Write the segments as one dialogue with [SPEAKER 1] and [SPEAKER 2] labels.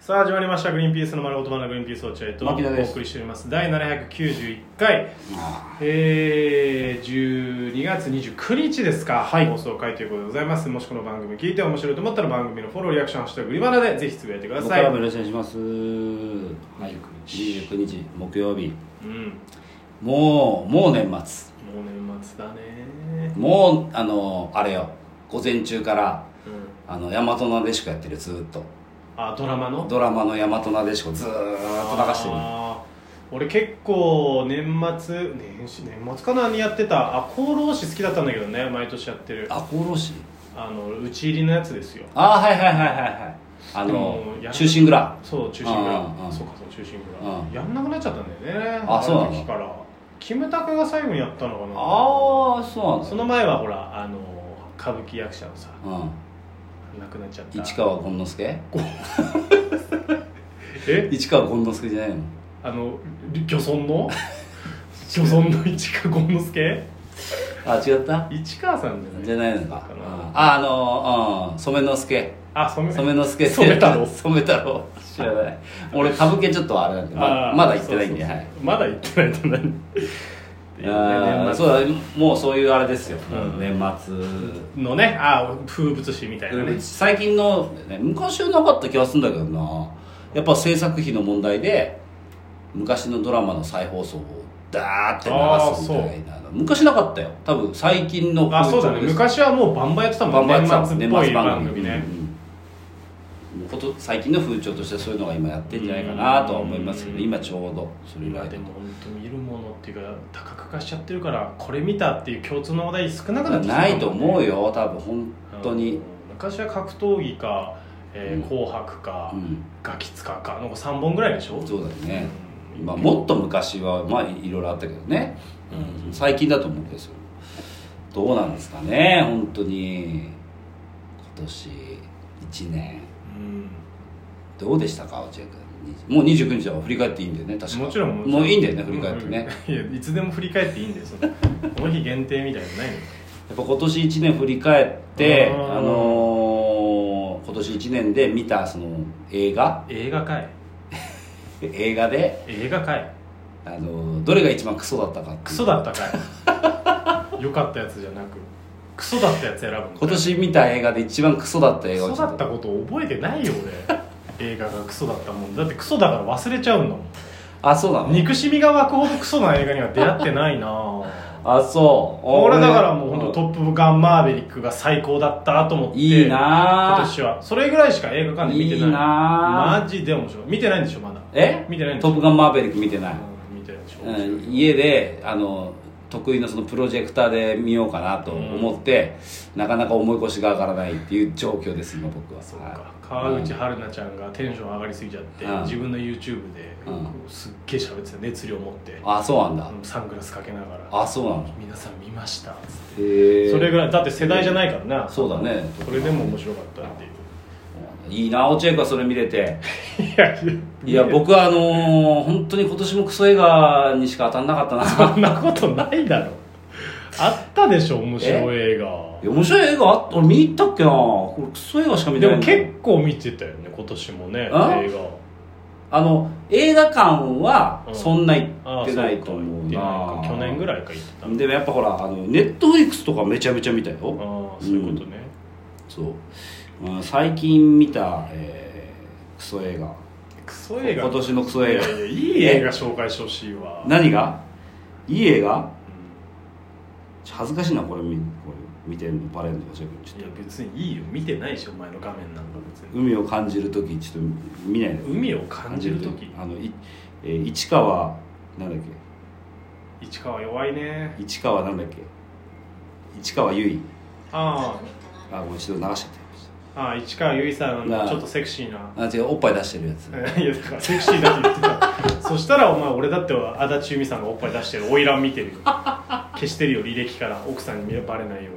[SPEAKER 1] さあ始まりました「グリーンピースの丸ごとバナグリーンピース落合」とお
[SPEAKER 2] 牧田です
[SPEAKER 1] 送りしております第791回
[SPEAKER 2] あ
[SPEAKER 1] えー、12月29日ですか、放送回ということでございますもしこの番組聞いて面白いと思ったら番組のフォローリアクション「ハッシュタググリバナ」でぜひつぶやいてくだ
[SPEAKER 2] 僕
[SPEAKER 1] さい
[SPEAKER 2] からもよろしくお願いしますはい
[SPEAKER 1] 29
[SPEAKER 2] 29日木曜日
[SPEAKER 1] うん
[SPEAKER 2] もうも
[SPEAKER 1] もう
[SPEAKER 2] う年末
[SPEAKER 1] 年末だね
[SPEAKER 2] もうあのあれよ午前中から
[SPEAKER 1] うん
[SPEAKER 2] あの大和なでしこやってるずーっと
[SPEAKER 1] あドラマの
[SPEAKER 2] ドラマの大和なでしこずーっと流してる
[SPEAKER 1] あー俺結構年末年始年末かなにやってたあ厚労士好きだったんだけどね毎年やってるあ
[SPEAKER 2] あ厚労士
[SPEAKER 1] の打ち入りのやつですよ
[SPEAKER 2] ああはいはいはいはいはいあ
[SPEAKER 1] でも
[SPEAKER 2] の
[SPEAKER 1] やら
[SPEAKER 2] 中心蔵
[SPEAKER 1] そう中心
[SPEAKER 2] あーあ
[SPEAKER 1] 蔵
[SPEAKER 2] ー
[SPEAKER 1] そうかそう中心
[SPEAKER 2] あ
[SPEAKER 1] 蔵やんなくなっちゃったんだよね
[SPEAKER 2] あそうなの
[SPEAKER 1] の時からキムタクが最後にやったのかな
[SPEAKER 2] ああそうなん
[SPEAKER 1] その前はほらあの歌舞伎役者のさ
[SPEAKER 2] だ
[SPEAKER 1] 亡くなっちゃっ
[SPEAKER 2] うん
[SPEAKER 1] た
[SPEAKER 2] 市川権之助
[SPEAKER 1] え
[SPEAKER 2] 市川権之助じゃないの
[SPEAKER 1] あの漁村 の漁村の市川権之助
[SPEAKER 2] あ違った
[SPEAKER 1] 市川さんじゃない
[SPEAKER 2] じゃないのか
[SPEAKER 1] かな
[SPEAKER 2] うんああのうん染之助
[SPEAKER 1] あそんな
[SPEAKER 2] 染之助って
[SPEAKER 1] 染太郎
[SPEAKER 2] 染太郎知らない俺歌舞伎ちょっとあれなんでまだ
[SPEAKER 1] あー
[SPEAKER 2] まだ行ってないんで
[SPEAKER 1] そう
[SPEAKER 2] は
[SPEAKER 1] そう
[SPEAKER 2] い
[SPEAKER 1] まだ行ってないんだね
[SPEAKER 2] あー
[SPEAKER 1] 年
[SPEAKER 2] そうだもうそういうあれですよ、
[SPEAKER 1] うん
[SPEAKER 2] 年末
[SPEAKER 1] 末のねあー風物詩みたいなね
[SPEAKER 2] 最近の、ね、昔はなかった気がするんだけどなやっぱ制作費の問題で昔のドラマの再放送をダーって流すみたいな昔なかったよ多分最近の
[SPEAKER 1] あそうだね
[SPEAKER 2] です
[SPEAKER 1] 昔はもうバンバンやってた
[SPEAKER 2] バ
[SPEAKER 1] も
[SPEAKER 2] ン
[SPEAKER 1] ん
[SPEAKER 2] バ
[SPEAKER 1] ね
[SPEAKER 2] ンや
[SPEAKER 1] 年
[SPEAKER 2] ってた
[SPEAKER 1] 末っぽい番組ね
[SPEAKER 2] うんうんこと最近の風潮としてそういうのが今やってんじゃないかなとは思いますけど
[SPEAKER 1] うん
[SPEAKER 2] 今ちょうどそれぐら
[SPEAKER 1] 今
[SPEAKER 2] いで
[SPEAKER 1] でも本当見るものっていうか多角化しちゃってるからこれ見たっていう共通の話題少なくなってきた
[SPEAKER 2] ないと思うよ多分本当
[SPEAKER 1] う
[SPEAKER 2] に
[SPEAKER 1] ん、昔は格闘技か、えー
[SPEAKER 2] うん
[SPEAKER 1] 紅白か、
[SPEAKER 2] うん、
[SPEAKER 1] ガキ使かの3本ぐらいでしょ
[SPEAKER 2] そうだね、
[SPEAKER 1] うん
[SPEAKER 2] まあ、もっと昔はまあいろいろあったけどね、
[SPEAKER 1] うん
[SPEAKER 2] うん最近だと思うんですよどうなんですかね本当に今年1年
[SPEAKER 1] うん
[SPEAKER 2] どうでしたか落合君もう29日は振り返っていいんだよね確か
[SPEAKER 1] もちろんちろ
[SPEAKER 2] もういいんだよね振り返ってね、
[SPEAKER 1] うんいやいつでも振り返っていいんだよそのこの日限定みたいなのないの
[SPEAKER 2] やっぱ今年1年振り返って、
[SPEAKER 1] あー
[SPEAKER 2] あのー今年1年で見たその映画
[SPEAKER 1] 映画かい
[SPEAKER 2] 映画で、
[SPEAKER 1] 映画かい
[SPEAKER 2] あのーどれが一番クソだったか
[SPEAKER 1] クソだったか い良かったやつじゃなくクソだったやつ選ぶの
[SPEAKER 2] 今年見た映画で一番クソだった映
[SPEAKER 1] ク
[SPEAKER 2] 画
[SPEAKER 1] ソ
[SPEAKER 2] をちょ
[SPEAKER 1] だ
[SPEAKER 2] っ
[SPEAKER 1] った
[SPEAKER 2] と
[SPEAKER 1] こと覚えてないよ俺 映画がクソだったもんだってクソだから忘れちゃうんだもん
[SPEAKER 2] あそうなの
[SPEAKER 1] 憎しみが湧くほどクソな映画には出会ってない なぁ
[SPEAKER 2] あそう
[SPEAKER 1] 俺だからもう本当
[SPEAKER 2] ん
[SPEAKER 1] トップガンマーヴェリック」が最高だったと思って
[SPEAKER 2] いい
[SPEAKER 1] 今
[SPEAKER 2] なぁ
[SPEAKER 1] 年はそれぐらいしか映画館で見てない
[SPEAKER 2] いいな
[SPEAKER 1] マジで面白い見てないんでしょまだ
[SPEAKER 2] え
[SPEAKER 1] 見てないんでし
[SPEAKER 2] ト
[SPEAKER 1] ょ
[SPEAKER 2] ップガンマーヴェリック見てない、
[SPEAKER 1] うん見てないでしょ、
[SPEAKER 2] うん、家であの得意のそのプロジェクターで見ようかなと思って、なかなか思い越しが上がらないっていう状況です今僕は
[SPEAKER 1] そう
[SPEAKER 2] はい
[SPEAKER 1] か川口春奈ちゃんがテンション上がりすぎちゃって、
[SPEAKER 2] うん
[SPEAKER 1] 自分の YouTube で、
[SPEAKER 2] うん
[SPEAKER 1] こうすっげえ喋ってた熱量持って、
[SPEAKER 2] あそうなんだ、
[SPEAKER 1] うんサングラスかけながら
[SPEAKER 2] あそうなんだ
[SPEAKER 1] 「皆さん見ました」つって
[SPEAKER 2] へえ
[SPEAKER 1] それぐらいだって世代じゃないからな、
[SPEAKER 2] そうだね
[SPEAKER 1] それでも面白かったっていう
[SPEAKER 2] いいな落合君はそれ見れて
[SPEAKER 1] いやい
[SPEAKER 2] いや僕はあのー本当に今年もクソ映画にしか当たんなかったな
[SPEAKER 1] そんなことないだろあったでしょ面白い映画
[SPEAKER 2] いや 面白い映画あった俺見に行ったっけなこれクソ映画しか見
[SPEAKER 1] で
[SPEAKER 2] てない
[SPEAKER 1] も
[SPEAKER 2] んだ
[SPEAKER 1] 結構見てたよね今年もね映
[SPEAKER 2] あ
[SPEAKER 1] 画
[SPEAKER 2] あの映画館は
[SPEAKER 1] うん
[SPEAKER 2] そんな行
[SPEAKER 1] ああ
[SPEAKER 2] ってないと思う
[SPEAKER 1] そうか行ってないか
[SPEAKER 2] な
[SPEAKER 1] 去年ぐ
[SPEAKER 2] ら
[SPEAKER 1] らいか行ってたあ
[SPEAKER 2] いでもやっぱほらあのネットフリックスとかめちゃめちゃ見たよ
[SPEAKER 1] あそういうことね、
[SPEAKER 2] そう、まあ、最近見た、えークソ映画
[SPEAKER 1] クソ映画
[SPEAKER 2] 今年のクソ映画
[SPEAKER 1] いやいやいい映画紹介してほしいわ
[SPEAKER 2] 何がいい映画
[SPEAKER 1] うん
[SPEAKER 2] 恥ずかしいなこれ見これ見てんのバレんのかちょっと
[SPEAKER 1] いや別にいいよ見てないしお前の画面なんか別に
[SPEAKER 2] 海を感じる時ちょっと見ないで
[SPEAKER 1] 海を感じる時
[SPEAKER 2] あのい、えー市川なんだっけ
[SPEAKER 1] 市川弱いね
[SPEAKER 2] 市川なんだっけ市川由衣
[SPEAKER 1] あ
[SPEAKER 2] あごめんちょっと流しちゃっ
[SPEAKER 1] あああ市川由衣さん
[SPEAKER 2] なあ
[SPEAKER 1] ちょっとセクシーな
[SPEAKER 2] たあ違うおっぱい出してるやつ
[SPEAKER 1] いやだからセクシーだって言ってたそしたらお前俺だって足立由美さんがおっぱい出してる花魁見てるよ消してるよ履歴から奥さんにバレないよ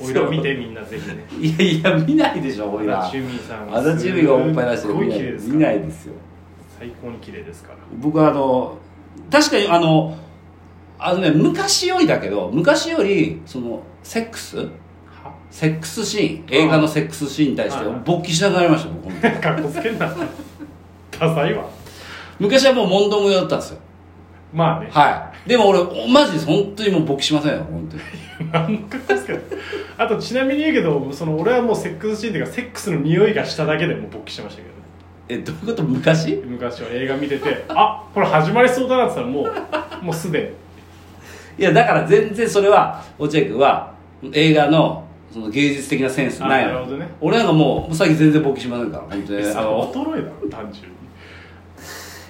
[SPEAKER 1] うに花魁見てみんなぜひね
[SPEAKER 2] いやいや見ないでしょ俺ら
[SPEAKER 1] 足立
[SPEAKER 2] 足
[SPEAKER 1] 由美さん
[SPEAKER 2] 立由美がおっぱい出してる
[SPEAKER 1] すごい
[SPEAKER 2] 見な
[SPEAKER 1] 綺
[SPEAKER 2] い
[SPEAKER 1] 麗ですから
[SPEAKER 2] 見ないですよ
[SPEAKER 1] 最高に綺麗ですから
[SPEAKER 2] 僕はあの確かにあのあのね昔よりだけど昔よりそのセックス
[SPEAKER 1] は
[SPEAKER 2] セックスシーン映画のセックスシーンに対して
[SPEAKER 1] はいはい
[SPEAKER 2] 勃起しなくなりました僕本当に
[SPEAKER 1] かっこつけんなダサいわ
[SPEAKER 2] 昔はもう問答無用だったんですよ
[SPEAKER 1] まあね
[SPEAKER 2] はいでも俺おマジで本当にもう勃起しませんよ本当に
[SPEAKER 1] 何かっこつけんなあとちなみに言うけどその俺はもうセックスシーンっていうかセックスの匂いがしただけでもう勃起してましたけどね
[SPEAKER 2] えどういうこと昔
[SPEAKER 1] 昔は映画見ててあこれ始まりそうだなって言ったらもうもうすでに
[SPEAKER 2] いやだから全然それは落合君は映画のその芸術的なセンスない
[SPEAKER 1] あなる
[SPEAKER 2] の
[SPEAKER 1] ほどね
[SPEAKER 2] 俺なんかもう最近全然勃起しませんから本当に
[SPEAKER 1] 衰え
[SPEAKER 2] あの
[SPEAKER 1] だろ単純に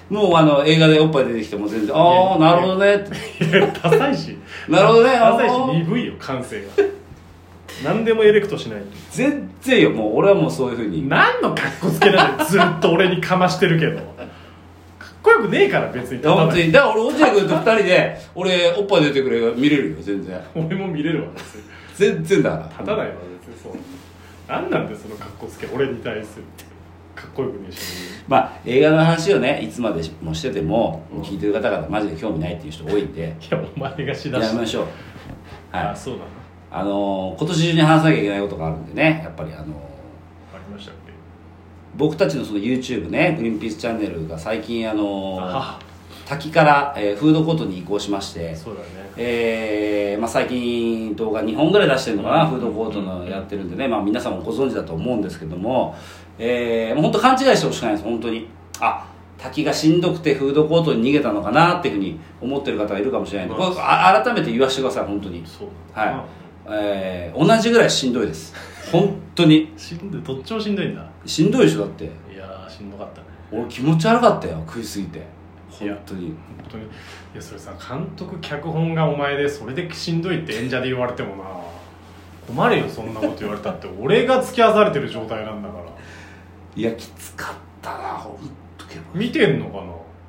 [SPEAKER 2] もうあの映画でおっぱい出てきても全然ああなるほどねって
[SPEAKER 1] いやダサいし
[SPEAKER 2] なるほどね
[SPEAKER 1] ダサいし
[SPEAKER 2] あー
[SPEAKER 1] 鈍いよ感性が何でもエレクトしない
[SPEAKER 2] 全然よもう俺はもうそういうふうに
[SPEAKER 1] 何のかっこつけなん でずっと俺にかましてるけどかっこよくねえから別に
[SPEAKER 2] いや本当にだから俺落合君と二人で俺おっぱい出てくれば見れるよ全然
[SPEAKER 1] 俺も見れるわ別に
[SPEAKER 2] 全然だから
[SPEAKER 1] 立たないわ別にそう何なんでそのかっこつけ俺に対するってかっこよくねえし
[SPEAKER 2] まあ映画の話をねいつまでもしてても聞いてる方々マジで興味ないっていう人多いんで
[SPEAKER 1] いやお前がしだ
[SPEAKER 2] や
[SPEAKER 1] し
[SPEAKER 2] めましょうはい
[SPEAKER 1] あそうだな
[SPEAKER 2] あのー今年中に話さなきゃいけないことがあるんでねやっぱりあのー
[SPEAKER 1] ありましたっけ
[SPEAKER 2] 僕たちのその YouTube ねグリーンピースチャンネルが最近あのー
[SPEAKER 1] あ
[SPEAKER 2] 滝から、えーフードコートに移行しまして
[SPEAKER 1] そうだね
[SPEAKER 2] えーまあ、最近動画2本ぐらい出してるのかな、フードコートのやってるんでね、まあ、皆さんもご存知だと思うんですけども、えー、もう本当勘違いしてほしくないです本当にあ滝がしんどくてフードコートに逃げたのかなっていうふうに思ってる方がいるかもしれないんで、
[SPEAKER 1] まあ
[SPEAKER 2] これあ改めて言わせてください本当に、
[SPEAKER 1] そうだ
[SPEAKER 2] はいえー、同じぐらいしんどいです本当に
[SPEAKER 1] いしんどいどっちもしんどいんだ
[SPEAKER 2] しんどいでしょだって
[SPEAKER 1] いやーしんどかったね
[SPEAKER 2] 俺気持ち悪かったよ食いすぎて
[SPEAKER 1] いや
[SPEAKER 2] 本当に
[SPEAKER 1] 本当にいやそれさ監督脚本がお前でそれでしんどいって演者で言われてもな困るよそんなこと言われた って俺が付き合わされてる状態なんだから
[SPEAKER 2] いやきつかったな本当け
[SPEAKER 1] 見てんのか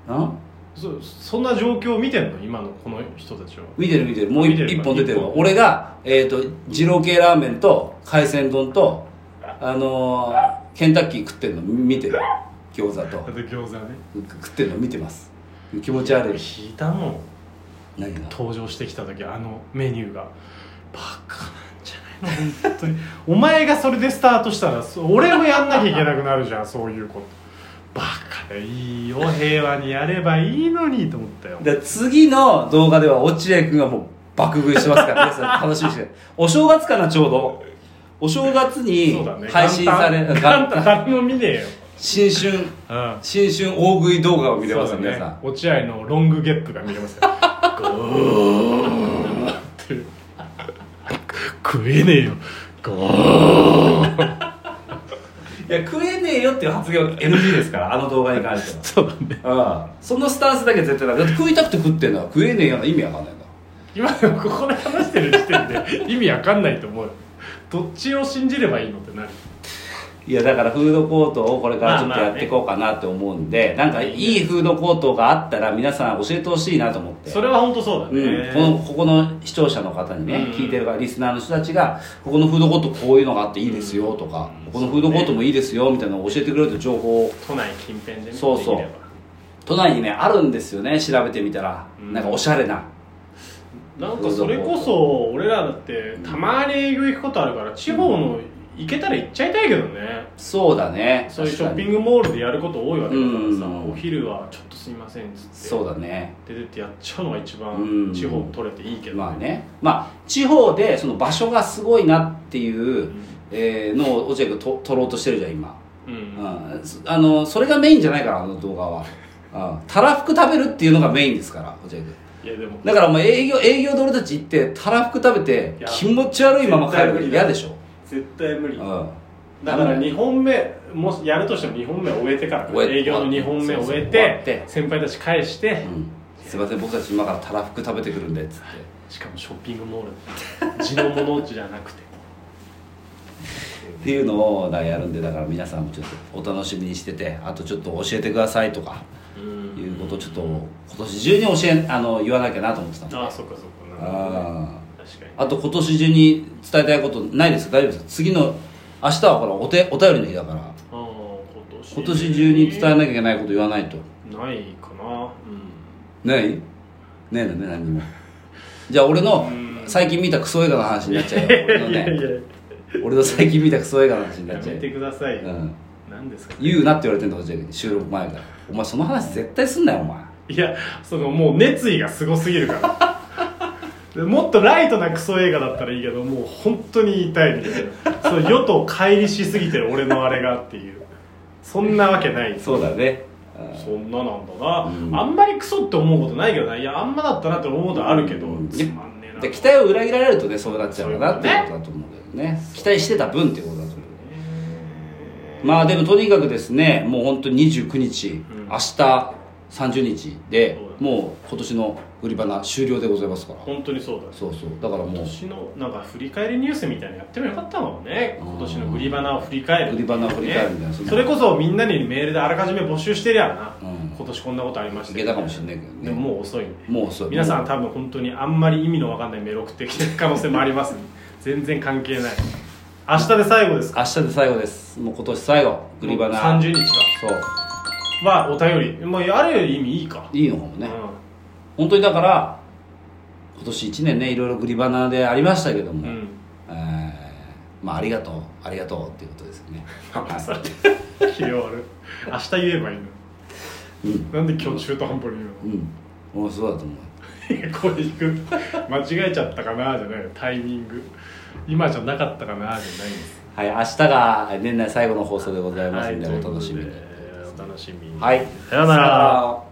[SPEAKER 1] な
[SPEAKER 2] どな
[SPEAKER 1] そそんな状況を見てんの今のこの人たちは
[SPEAKER 2] 見てる見てるもう
[SPEAKER 1] 見てる
[SPEAKER 2] 一本出てるわ俺が、えー、と二郎系ラーメンと海鮮丼とあのーケンタッキー食ってるの見てる餃子
[SPEAKER 1] だ
[SPEAKER 2] と
[SPEAKER 1] って餃子ね
[SPEAKER 2] 食ってるの見てます気持ち悪い
[SPEAKER 1] 引いたもん
[SPEAKER 2] 何が
[SPEAKER 1] 登場してきた時あのメニューがバカなんじゃないの本当にお前がそれでスタートしたらそ俺もやんなきゃいけなくなるじゃんそういうことバカでいいよ平和にやればいいのにと思ったよ
[SPEAKER 2] で次の動画では落合君がもう爆食いしてますから皆さん楽しみにして お正月かなちょうどお正月に
[SPEAKER 1] そうだね
[SPEAKER 2] 配信され
[SPEAKER 1] 元旦
[SPEAKER 2] 元
[SPEAKER 1] 元旦
[SPEAKER 2] 旦
[SPEAKER 1] 誰も見ねえよ
[SPEAKER 2] 新春
[SPEAKER 1] うん
[SPEAKER 2] 新春大食い動画を見れますよ、
[SPEAKER 1] そうだ
[SPEAKER 2] 皆さん
[SPEAKER 1] 落合のロングゲップが見れますよゴーって食えねえよゴー
[SPEAKER 2] いや食えねえよっていう発言は NG ですからあの動画に関しては
[SPEAKER 1] そうだね
[SPEAKER 2] うんそのスタンスだけ絶対だだって食いたくて食ってんのは食えねえよな意味わかんないんだ
[SPEAKER 1] 今でもここで話してる時点で意味わかんないと思うよどっちを信じればいいのってなる
[SPEAKER 2] いやだからフードコートをこれからちょっ
[SPEAKER 1] まあ
[SPEAKER 2] と
[SPEAKER 1] まあね
[SPEAKER 2] やっていこうかなって思うんで、なんかいいフードコートがあったら皆さん教えてほしいなと思って
[SPEAKER 1] それは本当そうだね、
[SPEAKER 2] うん、このここの視聴者の方にね、
[SPEAKER 1] うん
[SPEAKER 2] 聞いてるからリスナーの人たちがここのフードコートこういうのがあっていいですよとか、
[SPEAKER 1] うん
[SPEAKER 2] ここのフードコートもいいですよみたいなのを教えてくれると情報を
[SPEAKER 1] 都内近辺で見てみれば
[SPEAKER 2] そうそう都内にねあるんですよね調べてみたら、
[SPEAKER 1] うん
[SPEAKER 2] なんかおしゃれな
[SPEAKER 1] なんかそれこそ俺らだってたまに営業行くことあるから地方の行けたら行っちゃいたいけどね
[SPEAKER 2] そうだね
[SPEAKER 1] そういうショッピ
[SPEAKER 2] グ
[SPEAKER 1] ングモールでやること多いわけだからさ、
[SPEAKER 2] うん
[SPEAKER 1] お昼はちょっとすいませんっつって
[SPEAKER 2] そうだね
[SPEAKER 1] 出てってやっちゃうのが一
[SPEAKER 2] う
[SPEAKER 1] 番
[SPEAKER 2] ん
[SPEAKER 1] 地方取れていいけど、
[SPEAKER 2] まあねまあ地方でその場所がすごいなっていう、えーのを落合君と取ろうとしてるじゃん今、
[SPEAKER 1] うん、
[SPEAKER 2] うん、そあのそれがメインじゃないからあの動画は、うん、たらふく食べるっていうのがメインですから落合君
[SPEAKER 1] いやでも
[SPEAKER 2] だからもう営業営業で俺たち行ってたらふく食べて
[SPEAKER 1] いや
[SPEAKER 2] 気持ち悪いまま帰るの嫌でしょ、
[SPEAKER 1] 絶対無理
[SPEAKER 2] うん、
[SPEAKER 1] だから2本目もしやるとしても2本目終えてから
[SPEAKER 2] 終え
[SPEAKER 1] 営業の2本目
[SPEAKER 2] そうそう
[SPEAKER 1] 終え
[SPEAKER 2] 終わってて
[SPEAKER 1] 先輩たち返して、
[SPEAKER 2] うんすいません僕たち今からたらふく食べてくるんでっつって
[SPEAKER 1] しかもショッピングモール地のものじゃなくて
[SPEAKER 2] っていうのをだからやるんでだから皆さんもちょっとお楽しみにしててあとちょっと教えてくださいとか
[SPEAKER 1] うん
[SPEAKER 2] いうことをちょっと今年中に教えあの言わなきゃなと思ってたの
[SPEAKER 1] ああそっかそっかなるほどね
[SPEAKER 2] あ
[SPEAKER 1] 確かに
[SPEAKER 2] ーあと今年中に伝えたいことないですか大丈夫ですか次の明日はほらお手お便りの日だから
[SPEAKER 1] あー今年
[SPEAKER 2] 今年中に伝えなきゃいけないこと言わないと
[SPEAKER 1] ないかなうん
[SPEAKER 2] ないねえのね何にもじゃあ俺の
[SPEAKER 1] うん
[SPEAKER 2] 最近見たクソ映画の話になっちゃう よ
[SPEAKER 1] いや
[SPEAKER 2] 俺の
[SPEAKER 1] いやい
[SPEAKER 2] ね
[SPEAKER 1] や
[SPEAKER 2] 俺の最近見たクソ映画の話にな
[SPEAKER 1] や
[SPEAKER 2] っちゃ
[SPEAKER 1] め
[SPEAKER 2] う
[SPEAKER 1] てくださいよ、
[SPEAKER 2] うん
[SPEAKER 1] 何ですか
[SPEAKER 2] 言うなって言われてんだこっちだけど収録前からお前その話絶対すんなよお前
[SPEAKER 1] いやそのもう熱意がすごすぎるから もっとライトなクソ映画だったらいいけどもう本当に痛いみたいなそう与党乖離しすぎてる俺のあれがっていうそんなわけない
[SPEAKER 2] そうだね
[SPEAKER 1] そんななんだな、
[SPEAKER 2] うん
[SPEAKER 1] あんまりクソって思うことないけどないやあんまだったなって思うことあるけど、
[SPEAKER 2] うん
[SPEAKER 1] つまんねえな
[SPEAKER 2] で期待を裏切られるとねそうなっちゃうかなっていうことだと思うけどね期待してた分っていうことだと思うまあでもとにかくですねもう本当に29日、
[SPEAKER 1] ん
[SPEAKER 2] 明日30日で
[SPEAKER 1] そうだ
[SPEAKER 2] もう今年の売り場終了でございますから
[SPEAKER 1] 本当にそうだ
[SPEAKER 2] そうそうだからもう
[SPEAKER 1] 今年のなんか振り返りニュースみたいなのやってもよかったもんね今年の売り花を振り返る
[SPEAKER 2] 売り花を振り返るみたいな
[SPEAKER 1] ねそれこそみんなにメールであらかじめ募集してりゃな、
[SPEAKER 2] うん
[SPEAKER 1] 今年こんなことありまし
[SPEAKER 2] い
[SPEAKER 1] た
[SPEAKER 2] けたかもしれないけどね
[SPEAKER 1] でももう遅いんで
[SPEAKER 2] もうそう
[SPEAKER 1] 皆さん多分本当にあんまり意味のわかんないメール送ってきてる可能性もありますんで全然関係ない明日で最後ですか
[SPEAKER 2] 明日で最後ですもう今年最後売り花
[SPEAKER 1] 30日
[SPEAKER 2] そう
[SPEAKER 1] かはお便り、まあ、ある意味いいか、
[SPEAKER 2] いいのかもね、
[SPEAKER 1] う
[SPEAKER 2] 本当にだから今年1年ねいろいろグリバナでありましたけど
[SPEAKER 1] ん、
[SPEAKER 2] も、
[SPEAKER 1] うん、
[SPEAKER 2] えーまあありがとうありがとうっていうことですよね、
[SPEAKER 1] あそ
[SPEAKER 2] は
[SPEAKER 1] れ 気を悪い明日言えばいいの
[SPEAKER 2] い、うん
[SPEAKER 1] なんで今日中途半端に言うの
[SPEAKER 2] うんもうそうだと思う
[SPEAKER 1] いや これ行く間違えちゃったかなじゃないよタイミング今じゃなかったかなじゃないんです
[SPEAKER 2] はい明日が年内最後の放送でございますんで、
[SPEAKER 1] というこ
[SPEAKER 2] お
[SPEAKER 1] と
[SPEAKER 2] 楽
[SPEAKER 1] で
[SPEAKER 2] しみに
[SPEAKER 1] お楽しみに
[SPEAKER 2] はい
[SPEAKER 1] さようなら
[SPEAKER 2] ら